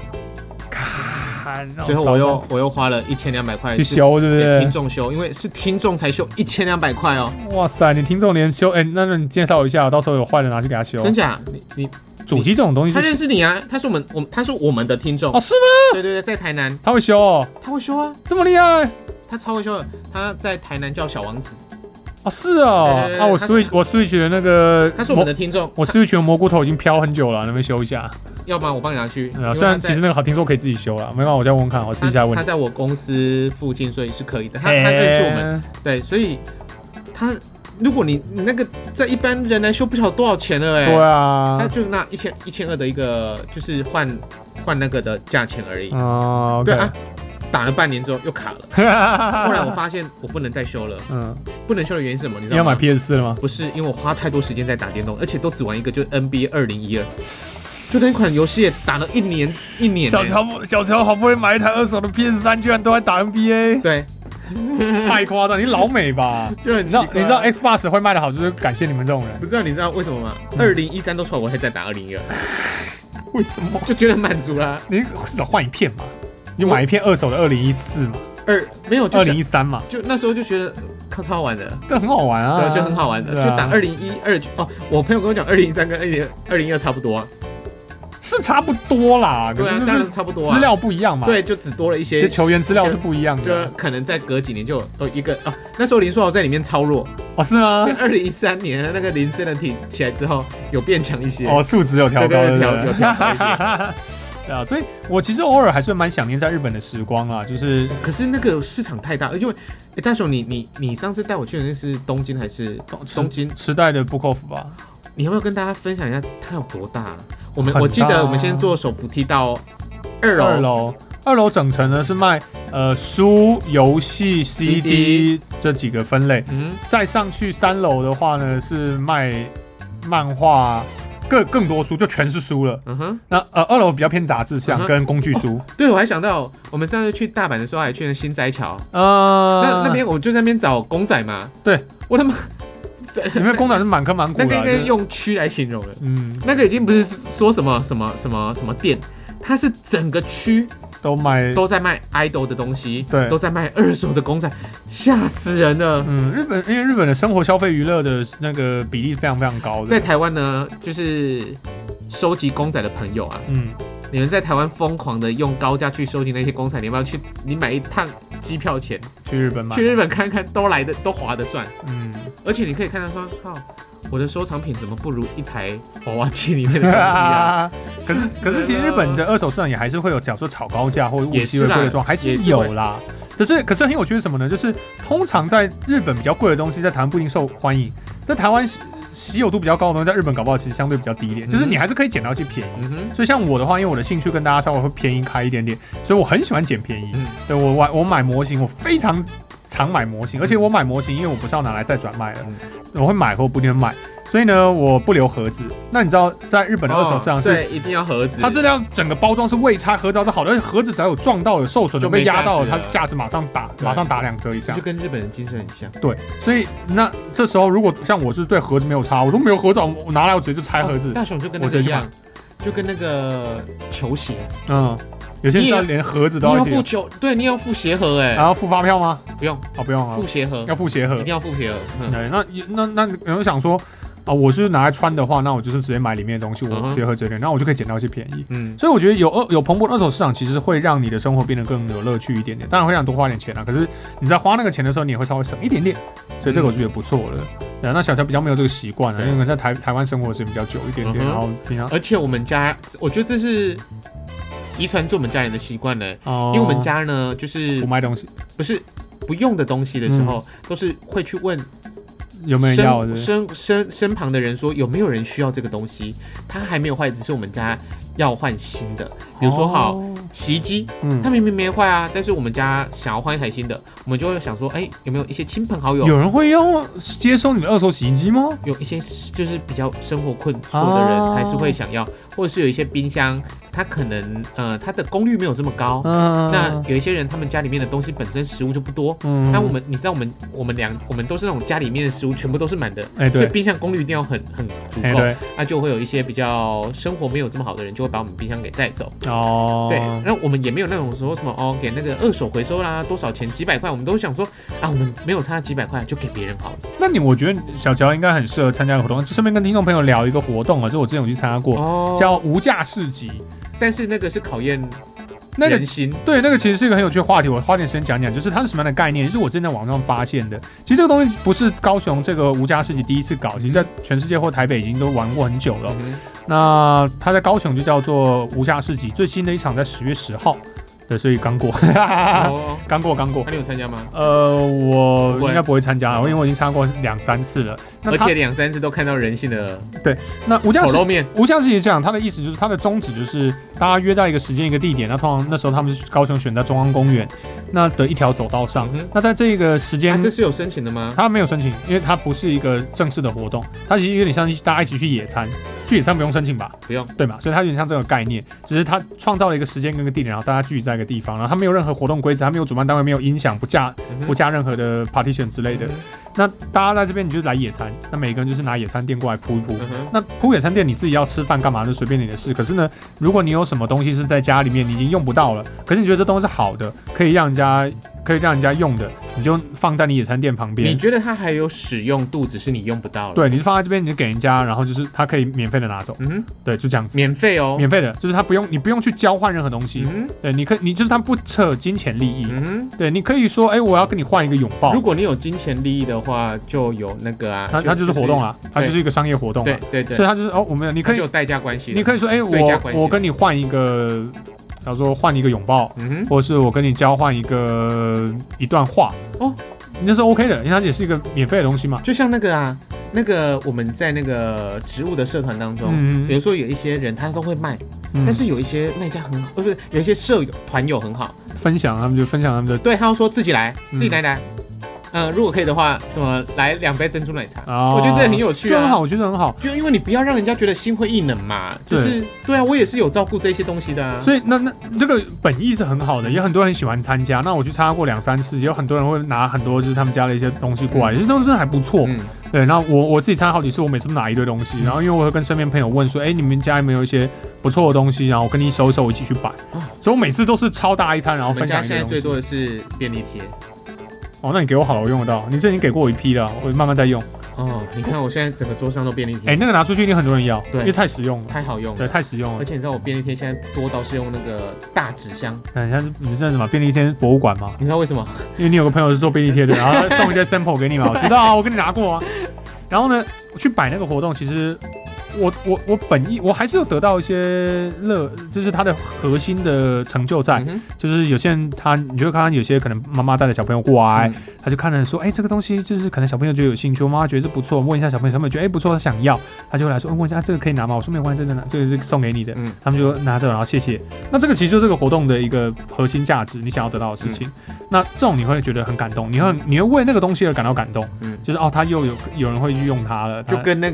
看，
最后我又我又花了一千两百块
去修，对不
给听
对？
众修，因为是听众才修一千两百块哦，
哇塞，你听众连修，哎，那那你介绍一下，到时候有坏的拿去给他修。
真假？你你
主机这种东西
他
哦就
认
是
识你啊？他是我们我们他是我们的听众
哦，，是吗？
对对对，在台南
他会修哦，
他会修啊，
这么厉害
他超会修的，他在台南叫小王子，
哦，是哦
对对对。
啊，我
呃他
switch 我 switch 的那个
他是我
蘑
们，的听众，
我 switch 的蘑菇头已经飘很久了，能不能修一下？
要不然我帮你拿去。
嗯
因
啊，
为
虽然
他
其
在
实那个好听说可以自己修了，没办法，我再问问看，我试一下
他
问
他
你。
在我公司附近，所以是可以的。他他认识我们，
哎
对，所以他如果你你那个在一般人来修，不晓得多少钱了哎、
对啊
他，就那一千一千二的一个，就是换换那个的价钱而已。
哦，
对啊，打了半年之后 又卡了，后
后
来我发现我不能再修了，
嗯，
不能修的原因是什么？你知
你
道
要
吗？
买 PS 四了吗？
不是，因为我花太多时间在打电动，而且都只玩一个，就是 NBA 二零 一二，就那一款游戏也打了一年一年、
小
欸。
乔不，小乔好不容易买一台二手的 PS 三，居然都在打 NBA，
对，
太夸张！你老美 吧？
就很
你知道你知道 Xbox 会卖的好，就是感谢你们这种人。
不知道你知道为什么吗？二零一三都出来，我还在打二零一二，
为什么？
就觉得满足啦。
你至少换一片嘛，你就买一片二手的二零一四嘛，
二没有就
二
想
零一三嘛，
就那时候就觉得呃靠超好玩的，
这很好玩啊，
对，就很好玩的，
对
就
啊
打二零一二哦。我朋友跟我讲，二零一三跟二零二零一二差不多啊，
是差不多啦，可
对啊
是，就
当
是
然差不多
嗯
啊。
资料不一样嘛，，
对，就只多了一些
就球员资料是不一样
就
的，
可能再隔几年就有哦一个哦，那时候林书豪在里面超弱，
哦是吗
但？二零一三年那个林 s e n t y 起来之后有变强一些。
哦，数值有调高，
对对
对
对调有调高一些
高 对啊，所以我其实偶尔还是蛮想念在日本的时光啦，就是
可是那个市场太大，因为、诶大雄，你你你上次带我去的那是东京还是东京？
池袋的布扣服吧，
你要不要跟大家分享一下它有多大啊？我们
很大啊
我记得我们先坐手扶梯到二楼，
二楼，二楼整层呢是卖呃书、游戏、CD 这几个分类，
嗯，
再上去三楼的话呢是卖漫画。更更多书就全是书了，
嗯哼，
那呃二楼比较偏杂志
嗯
向
哼
跟工具书，
对，我还想到我们上次去大阪的时候，还去了新斋桥，
呃
哦那那边我就在那边找公仔嘛。
对，
我他妈， 这
里面公仔是满坑满谷
那
的
个
啊，
应该
就是
用区来形容了，
嗯
那个已经不是说什么什么什么什么店，它是整个区
都卖
都在卖 idol 的东西，
对
都在卖二手的公仔，吓死人了。
嗯，日本因为日本的生活消费娱乐的那个比例非常非常高的，
在台湾呢，就是收集公仔的朋友啊，
嗯，
你们在台湾疯狂的用高价去收集那些公仔，你们要去，你买一趟机票钱
去日本买
去，日本看看，都来的都划得算。
嗯，
而且你可以看到说，靠，我的收藏品怎么不如一台娃娃机里面的东西啊？
可是可是其实日本的二手市场也还是会有，假如说炒高价或者物
也
极
是
会
啦
贵的状况，还是
也是
有啦。可是可是很有趣是什么呢？就是通常在日本比较贵的东西，在台湾不一定受欢迎，在台湾稀稀有度比较高的东西，在日本搞不好其实相对比较低一点，就是你
嗯
还是可以捡到一些便宜。
嗯哼，
所以像我的话，因为我的兴趣跟大家稍微会偏移开一点点，所以我很喜欢捡便宜。
嗯，
对我玩我买模型，我非常常买模型，而且我买模型，因为我不是要拿来再转卖了
嗯，
我会买或不停地卖，所以呢，我不留盒子。那你知道，在日本的二手市场是，
哦对，一定要盒子，
它是让整个包装是未拆盒子是好的，而且盒子只要有撞到、有受损的、
就没
被压到
价值
它
了
价值马上打
对
马上打两折以
这
上
就。跟日本人精神很像。
对，所以那这时候如果像我是对盒子没有差，我说没有盒子，我拿来我直接就拆盒子
哦。大雄就跟
我
那个
直接
一
去
样，就跟那个球鞋，
嗯，有些人
你
是
也
要连盒子
你
都要
要
一起
付，球，对，你要付鞋盒哎、
然后付发票吗？
不用
哦，不用啊
付，鞋盒，
要付鞋盒
一定。要付鞋盒。嗯
对，那那那那我想说啊，我是拿来穿的话，那我就是直接买里面的东西，
嗯哼
我结合这点，那我就可以捡到一些便宜。
嗯，
所以我觉得有呃二有蓬勃的二手市场，其实会让你的生活变得更有乐趣一点点。当然会让你多花点钱啊，可是你在花那个钱的时候，你也会稍微省一点点。所以这个我觉得不错了。对啊，那小乔比较没有这个习惯啊，因
对
为可能在台台湾生活的时间比较久一点点，
嗯哼
然后平常
而且我们家，我觉得这是遗传是我们家人的习惯了，
哦
因为我们家呢，就是
不卖东西，
不是不用的东西的时候，都是会去问
嗯有没有人要？对不对
身身身身旁的人说有没有人需要这个东西，它还没有坏，只是我们家要换新的。比如说好，
哦
洗衣机，它
嗯，
明明没坏啊，但是我们家想要换一台新的，我们就会想说，哎、有没有一些亲朋好友，
有人会用接收你们二手洗衣机吗？
有一些就是比较生活困苦的人，
哦
还是会想要，或者是有一些冰箱，它可能呃它的功率没有这么高，
嗯，
哦那有一些人他们家里面的东西本身食物就不多。
嗯，
那我们，你知道我们，我们两，我们都是那种家里面的食物全部都是满的，
哎
所以
对，
冰箱功率一定要很很足
哎
够。
对，
那就会有一些比较生活没有这么好的人，就会把我们冰箱给带走。
哦，
对，那我们也没有那种说什么哦，给那个二手回收啦，多少钱几百块，我们都想说啊，我们没有差几百块，就给别人好了。
那你我觉得小乔应该很适合参加一个活动，就顺便跟听众朋友聊一个活动啊，就我之前有去参加过，
哦，
叫无价市集。
但是那个是考验
那个
人心，
对，那个其实是一个很有趣的话题，我花点时间讲讲，就是它是什么样的概念，就是我之前在网上发现的。其实这个东西不是高雄这个吴家市集第一次搞，其实在全世界或台北已经都玩过很久了。
嗯
那它在高雄就叫做吴家市集，最新的一场在十月十号，对，所以刚过，
哼哦，
刚过，刚过
那。你有参加吗？
呃，我
不会
应该不会参加了，因为我已经参加过两三次了。那
而
它
且两三次都看到人性的
那吴家
丑
市
陋面，
无相是也这样，它的意思就是它的宗旨就是大家约在一个时间一个地点，那通常那时候他们是高雄选在中央公园那的一条走道上，
嗯哼
那在这个时间
啊，。这是有申请的吗？
他没有申请，因为它不是一个正式的活动，它其实有点像大家一起去野餐，去野餐不用申请吧，
不用，
对嘛？所以它有点像这个概念，只是它创造了一个时间跟一个地点，然后大家聚集在一个地方，然后它没有任何活动规则，它没有主办单位，没有音响，不架
嗯哼嗯
不加任何的 partition 之类的。那大家在这边你就来野餐，那每个人就是拿野餐垫过来铺一铺，
嗯哼，
那铺野餐垫你自己要吃饭干嘛就随便你的事。可是呢，如果你有什么东西是在家里面你已经用不到了，可是你觉得这东西是好的，可以让人家可以让人家用的，你就放在你野餐垫旁
你
边。
觉得它还有使用度，只是你用不到了。，
对，你就放在这边，你就给人家，然后就是他可以免费的拿走。
嗯哼，
对，就这样子，
免费哦，
免费的，就是他不用你不用去交换任何东西。
嗯哼
对，你可以你就是他不扯金钱利益。
嗯哼。
对，你可以说，哎、我要跟你换一个拥抱
如。果你有金钱利益的话，就有那个啊，
它它就是活动，啊，它就是一个商业活动、啊。
对对
所
对，
以它就是哦，我们你可
它
以
就有代价关系，
你可以，说，哎、
对价关系
我我跟你换一个，假如说换一个拥抱，
嗯哼，
或是我跟你交换一个一段话，
哦，
那是 OK 的，因为它也是一个免费的东西嘛。
就像那个啊，那个我们在那个植物的社团当中。
嗯
比如说有一些人他都会卖，
嗯
但是有一些卖家很好，呃不是有一些社友团友很好，
分享他们就分享他们的
对，他要说自己来，自己
嗯
来来，呃，如果可以的话，什么来两杯珍珠奶茶，
哦
我觉得这很有趣
就很好，
啊，
我觉得很好。
就因为你不要让人家觉得心灰意冷嘛，就是对啊，我也是有照顾这些东西的啊，
所以那那这个本意是很好的，也很多人喜欢参加。那我去参加过两三次，也有很多人会拿很多就是他们家的一些东西过来，有些东西真的还不错。
嗯，
对，那我我自己参加好几次，我每次都拿一堆东西，然后因为我会跟身边朋友问说，哎、你们家有没有一些不错的东西，然后我跟你收一收，我一起去摆。所以我每次都是超大一摊，然后
哦我们
分
家
享一
现
个东
在最
西
多。的是便利贴。
哦，那你给我好了，我用得到。你这已经给过我一批了，我慢慢在用。
哦，你看我现在整个桌上都便利贴，
哎、那个拿出去一定很多人要，
对
因为太实用了，
太好用
对，
了。
太实用
而
了。
且你知道我便利贴现在多到是用那个大纸箱，
嗯，像是你是在什么便利贴博物馆吗？
你知道为什么？
因为你有个朋友是做便利贴 的，然后他送一些 sample 给你嘛，我知道啊，我跟你拿过啊。然后呢，我去摆那个活动，其实我我我本意我还是有得到一些乐，就是它的核心的成就在，
嗯
就是有些人他你就会看到有些可能妈妈带着小朋友过
哼
来，
嗯
他就看了说，哎、这个东西就是可能小朋友觉得有兴趣，我妈妈觉得这不错，问一下小朋友，小朋友觉得哎、不错，他想要，他就会来说，嗯问一下、啊这个可以拿吗？我说没有关系，这个拿，这个是送给你的，
嗯
他们就拿着，然后谢谢。那这个其实就是这个活动的一个核心价值，你想要得到的事情。
嗯
那这种你会觉得很感动，你会你会为那个东西而感到感动，
嗯，
就是哦，他又有有人会去用它了，它
就跟那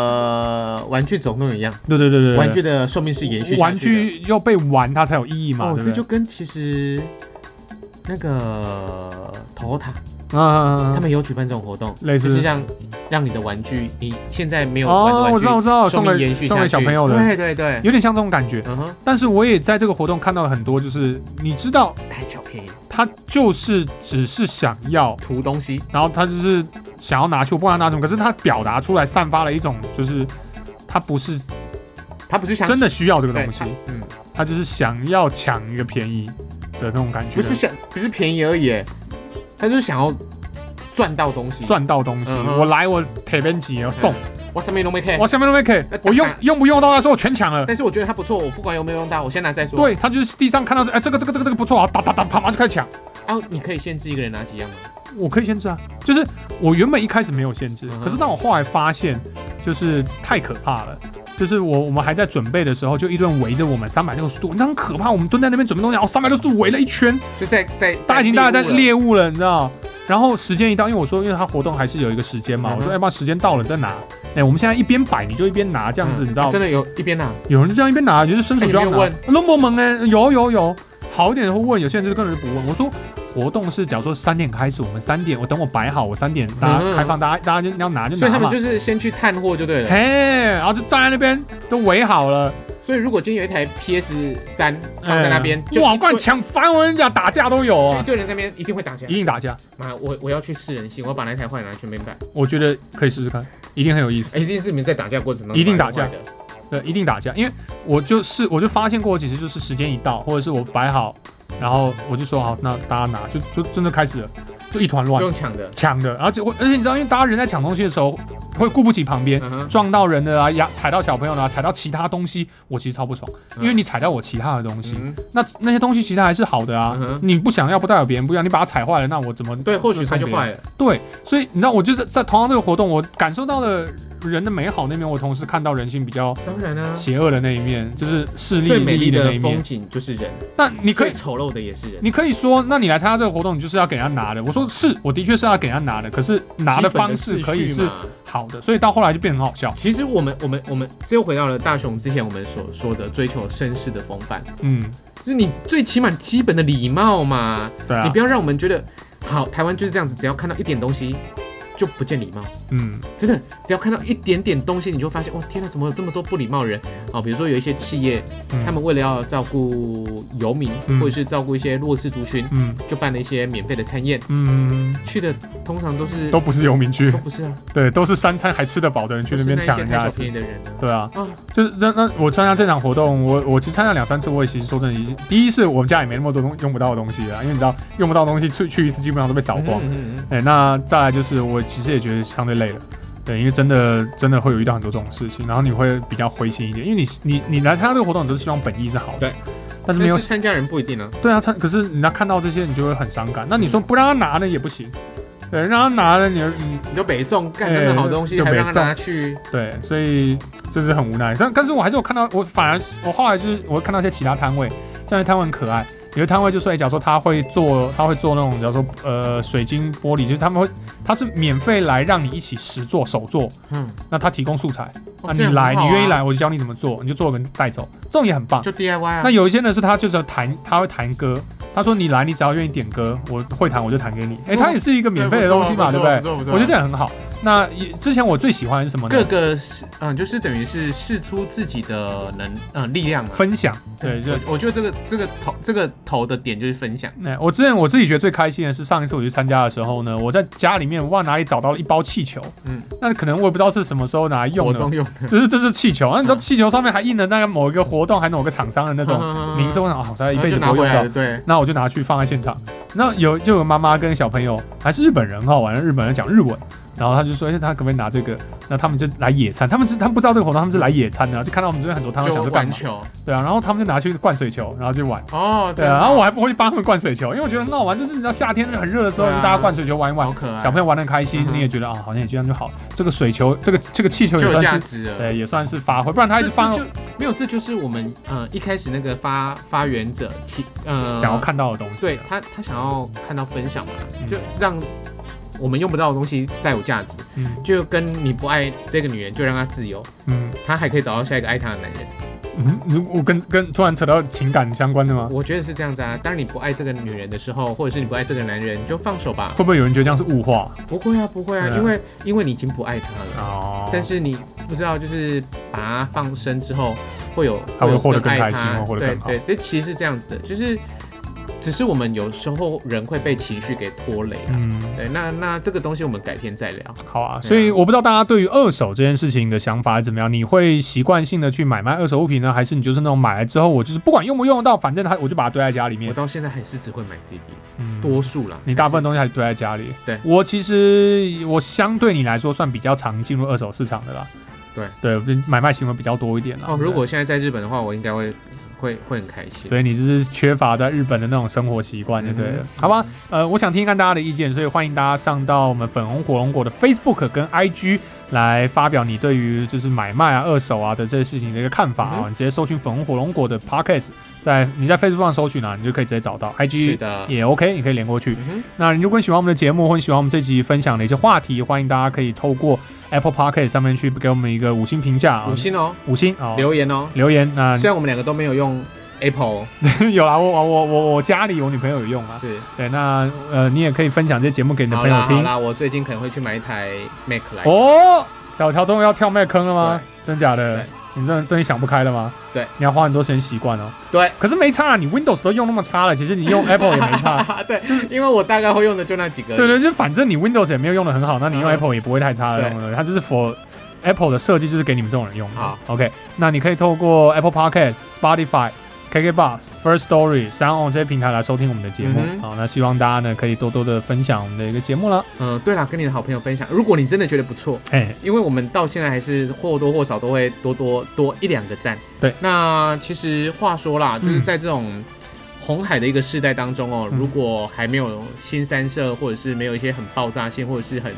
个玩具总动员一样，
对对对对对
玩具的寿命是延续下
玩
去
具又被玩，它才有意义
的。
嘛，
哦，
对
这
不
就
对？
跟其实那个 Toyota
嗯
他们有举办这种活动，
类
就
似
是让让你的玩具，你现在没有玩的
哦，我
玩
知道我
具，
知道，
寿
送
命延
给
续
送
下
给
去。
小朋友的，
对对对，
有点像这种感觉。
嗯哼，
但是我也在这个活动看到了很多，就是你知道
贪小便宜，
他就是只是想要，
图东西。
然后他就是想要拿去，我不管他拿什么，可是他表达出来散发了一种就是他不是
他不是想
真的需要这个
对
东西
他，嗯，
他就是想要抢一个便宜的那种感觉，
不是想不是便宜而已，他就是想要赚到东西，
赚到东西，
嗯哼
我来我铁边起要送
嗯，我什么都没看
我。什么都没给
那，打
我用用不用到的时候我全抢了。
但是我觉得它不错，我不管有没有用到，我先拿再说。
对他就是地上看到是哎这个这个这个这个不错啊，打打打，啪啪就开始抢。
啊，你可以限制一个人拿几样吗？
我可以限制啊，就是我原本一开始没有限制，
嗯哼
可是当我后来发现，就是太可怕了。就是我我们还在准备的时候，就一顿围着我们三百六十度，你知道很可怕。我们蹲在那边准备东西，然后三百六十度围了一圈，
就在在
大家已经大家在
猎
猎物
物了
了，你知道？然后时间一到，因为我说，因为它活动还是有一个时间嘛，
嗯哼
我说要不然时间到了再拿。哎，我们现在一边摆你就一边拿，这样子你知道
嗯哎真？的有一边啊拿，
有人就这样一边拿，就是伸手就
哎
要
你没有
拿。那么萌呢？有有有，好一点的会问，有些人就是根本就不问。我说活动是假如说三点开始，我们三点我等我摆好，我三点大家
嗯嗯
开放，大家大家就要拿就
所以
拿
他们
嘛。
就是先去探货就对了。
嘿，然后就站在那边都围好了，
所以如果今天有一台 PS 三放在那边，
哎
就
哇，
一
不然
堆
抢翻我跟你讲，打架都有
就一
啊，
堆人在那边一定会打架
一。定打架。
妈，我我要去试人性，我要把那台坏拿去那边摆。
我觉得可以试试看，一定很有意思。
哎，一定是你们在打架过程当中
一定打架
把它弄坏的。
对，一定打架，因为我就是我就发现过几次，就是时间一到，或者是我摆好，然后我就说好，那大家拿，就就真的开始了，就一团乱
用抢的，
抢的，然后结果而且你知道，因为大家人在抢东西的时候，会顾不及旁边。
嗯哼，
撞到人的啊，压踩到小朋友的啊，踩到其他东西，我其实超不爽，因为你踩到我其他的东西，
嗯
那那些东西其实还是好的啊
嗯，哼
你不想要不代表别人不要，你把它踩坏了，那我怎么
对，或许它就
送别人
坏了。
对，所以你知道，我就在在同样这个活动，我感受到了人的美好那边，我同时看到人性比较
当然啊，
邪恶的那一面，就是势力
最美丽
利益那
的
一
风
面。
景就是人，
那你可
最
以，
丑陋的也是人。
你可以说，那你来参加这个活动，你就是要给人家拿的。我说是，我的确是要给人家拿的，可是拿的方式可以
基本
是
的秩序嘛
好的，所以到后来就变得很好笑。
其实我们我们我们这又回到了大雄之前我们所说的追求绅士的风范，
嗯，
就是你最起码基本的礼貌嘛，
对
你
啊
不，要让我们觉得好台湾就是这样子，只要看到一点东西就不见礼貌，
嗯，
真的只要看到一点点东西你就发现哇天哪，怎么有这么多不礼貌的人啊、哦？比如说有一些企业，
嗯
他们为了要照顾游民
嗯
或者是照顾一些弱势族群，
嗯
就办了一些免费的餐宴，
嗯，
去的通常都是
都不是游民区
都，不是啊，
对，都是三餐还吃得饱的人去
都
那
是
边
那
抢
些
人
贪
家
小
的
便宜
吃。
的人啊
对啊，
啊。
就是那那我参加这场活动，我我其实参加两三次，我也其实说真的已经，第一是我们家也没那么多东用不到的东西啊，因为你知道用不到的东西去去一次基本上都被扫光。
嗯嗯嗯嗯
哎、那再来就是我其实也觉得相对累了，对，因为真的真的会有遇到很多这种事情，然后你会比较灰心一点，因为你你你来参加这个活动，你都是希望本意是好的，
对，
但是没有
但是参加人不一定啊，
对啊，他可是你要看到这些，你就会很伤感。那你说不让他拿呢也不行，对，让他拿了你你
你就北宋干
哎
那么好东西，
就
还让他
北宋
拿去，
对，所以真是很无奈。但但是我还是有看到，我反而我后来就是我看到一些其他摊位，这样的摊位很可爱。有的摊位就说，哎、假如说他会做，他会做那种，假如说呃水晶玻璃，就是他们会，他是免费来让你一起实做手做，
嗯，
那他提供素材，
哦
那
这
你
样
来，
很好
你
啊
愿意来，我就教你怎么做，你就做跟带走，这种也很棒。
就 DIY 啊
那。有一些呢是他就是弹，他会弹歌，他说你来，你只要愿意点歌，我会弹我就弹给你。哎、
哦
他也是一个免费的东西嘛，对不
这不错
对
不？错不错不错
我觉得这样很好。那也之前我最喜欢的是什么呢
各？个是嗯，就是等于是试出自己的能嗯力量嘛。
分享，对，就
我我觉得这个这个头这个头的点就是分享，
那、我之前我自己觉得最开心的是上一次我去参加的时候呢，我在家里面我忘了哪里找到了一包气球，
嗯，
那可能我也不知道是什么时候拿来用
活
的
动，用
就是这是气球，那你知道
嗯
气球上面还印了那个某一个活动，还某个厂商的那种
种
名字，我想啊，我才一
然后
辈
嗯就
子
拿
不
回
会用
来
到
了，。对，
那我就拿去放在现场。那有就有妈妈跟小朋友，还是日本人哈，反正日本人讲日文，然后他就说，哎、他可不可以拿这个？那他们就来野餐，他们是他们不知道这个活动，他们是来野餐的，啊就看到我们这边很多摊位，
就
想说干
玩
嘛？
球
对啊，然后他们就拿去灌水球，然后就玩。
哦，
对
这
啊，
样
然后我还不会去帮他们灌水球，因为我觉得很好玩，就是你知道夏天很热的时候，
对啊
就大家灌水球玩一玩
好，可爱，
小朋友玩的开心
嗯，哼
你也觉得啊，好像也这样就好。这个水球，这个这个气球
就
也
有价
算是，
值了。
对，也算是发挥，不然他一
这
直放
这就没有，这就是我们呃一开始那个发发源者其呃
想要看到的东西。啊
对他他想要看到分享嘛，
嗯
就让我们用不到的东西再有价值，
嗯
就跟你不爱这个女人就让她自由，
嗯
她还可以找到下一个爱她的男人，
嗯，如我跟跟突然扯到情感相关的吗？
我觉得是这样子啊。当你不爱这个女人的时候，或者是你不爱这个男人，你就放手吧。
会不会有人觉得这样是物化？
不会啊，不会啊，
对啊
因为因为你已经不爱她了。
哦，
但是你不知道，就是把它放生之后，会有
它会
有
获得更
爱
开心
它
或获得更好
对对，这其实是这样子的，就是只是我们有时候人会被情绪给拖累啊。
嗯。
对，那那这个东西我们改天再聊。
好啊，
对啊
所以我不知道大家对于二手这件事情的想法是怎么样？你会习惯性的去买卖二手物品呢，还是你就是那种买来之后，我就是不管用不用得到，反正它我就把它堆在家里
我
面？
到现在还是只会买 CD，
嗯
多数啦。
你大部分
都
东西还是堆在家里。
对
我其实我相对你来说算比较常进入二手市场的啦，
对
对，买卖行为比较多一点啦。
哦，如
对
果现在在日本的话，我应该会会会很开心。
所以你就是缺乏在日本的那种生活习惯，就对了，
嗯哼
好吧？呃，我想听听看大家的意见，所以欢迎大家上到我们粉红火龙果的 Facebook 跟 IG 来发表你对于就是买卖啊、二手啊的这些事情的一个看法啊。
嗯哼
你直接搜寻粉红火龙果的 Podcast，在你在 Facebook 上搜寻啊，你就可以直接找到
是
IG。
的，
也 OK，你可以连过去。
嗯哼，
那如果你喜欢我们的节目，或你喜欢我们这集分享的一些话题，欢迎大家可以透过 Apple Podcast 上面去给我们一个五星评价啊，
五星哦，
五星啊、哦
留言哦。
留言。那
虽然我们两个都没有用 Apple，
有啦，我我我我我家里我女朋友有用啊。
是
对，那呃，你也可以分享这些节目给你的
好
朋友
啦好
听
啦，我最近可能会去买一台 Mac 来。
哦。小乔终于要跳麦坑了吗？真假的
对？
你真的真的想不开了吗？
对，
你要花很多时间习惯哦。
对，
可是没差、啊，你 Windows 都用那么差了，其实你 用 Apple 也没差。
啊，对，因为我大概会用的就那几个。
对对，就反正你 Windows 也没有用的很好，那你用
嗯
Apple 也不会太差的
对
东西。它就是 for Apple 的设计，就是给你们这种人用的。
好
，OK，那你可以透过 Apple Podcast、Spotify、KKBox、First Story、Sound On 这些平台来收听我们的节目。
嗯哼
好，那希望大家呢可以多多的分享我们的一个节目啦。
嗯，对啦，跟你的好朋友分享，如果你真的觉得不错，
哎，
因为我们到现在还是或多或少都会多多多一两个赞。
对，
那其实话说啦，就是
嗯
在这种红海的一个世代当中哦，
嗯
如果还没有新三社，或者是没有一些很爆炸性，或者是很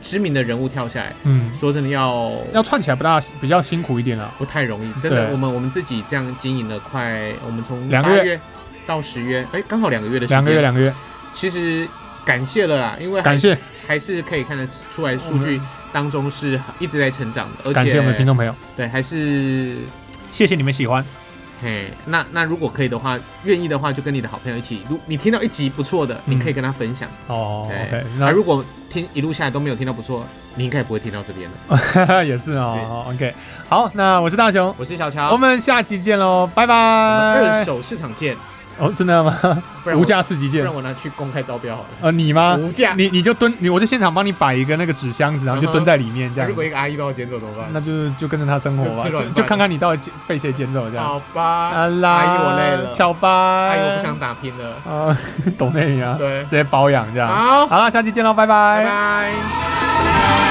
知名的人物跳下来，
嗯，
说真的要
要串起来不大比较辛苦一点啦。
不太容易，真的。
对
我们我们自己这样经营了快，我们从
两个
八
月
月到十月，哎，刚好两个月的时间。
两个月，两个月，
其实感谢了啦，因为还
感 谢
还是可以看得出来
我
数
们
据当中是一直在成长的，而且
感谢我们的听众朋友，
对，还是
谢谢你们喜欢。
嘿，那那如果可以的话，愿意的话就跟你的好朋友一起，如你听到一集不错的，
嗯
你可以跟他分享。
哦
对
，OK，
那
那
如果听一路下来都没有听到不错，你应该也不会听到这边 的。
也是啊、哦，OK，好，那我是大雄，
我是小
我
乔，
们下期见喽，拜哦拜。
我们二手市场见，
哦，真的吗？
不然
无
我
价市集
不
见
然。我拿去公开招标好了。
呃，你吗？
无价，
你你就蹲，你我就现场帮你摆一个那个纸箱子，然后就
嗯哼
蹲在里面这样
如。果一个阿姨把我捡走怎么办？
那就就跟着他生活
就
吧，
吃软
就
饭
就看看你到底捡被谁捡走这样。
好吧，
啊啦，
阿姨我累了
巧吧。
阿姨我不想打拼了。
啊，懂那你啊，
对
直，接包养这样。
好，
好了，下期见喽，拜
拜拜。
拜。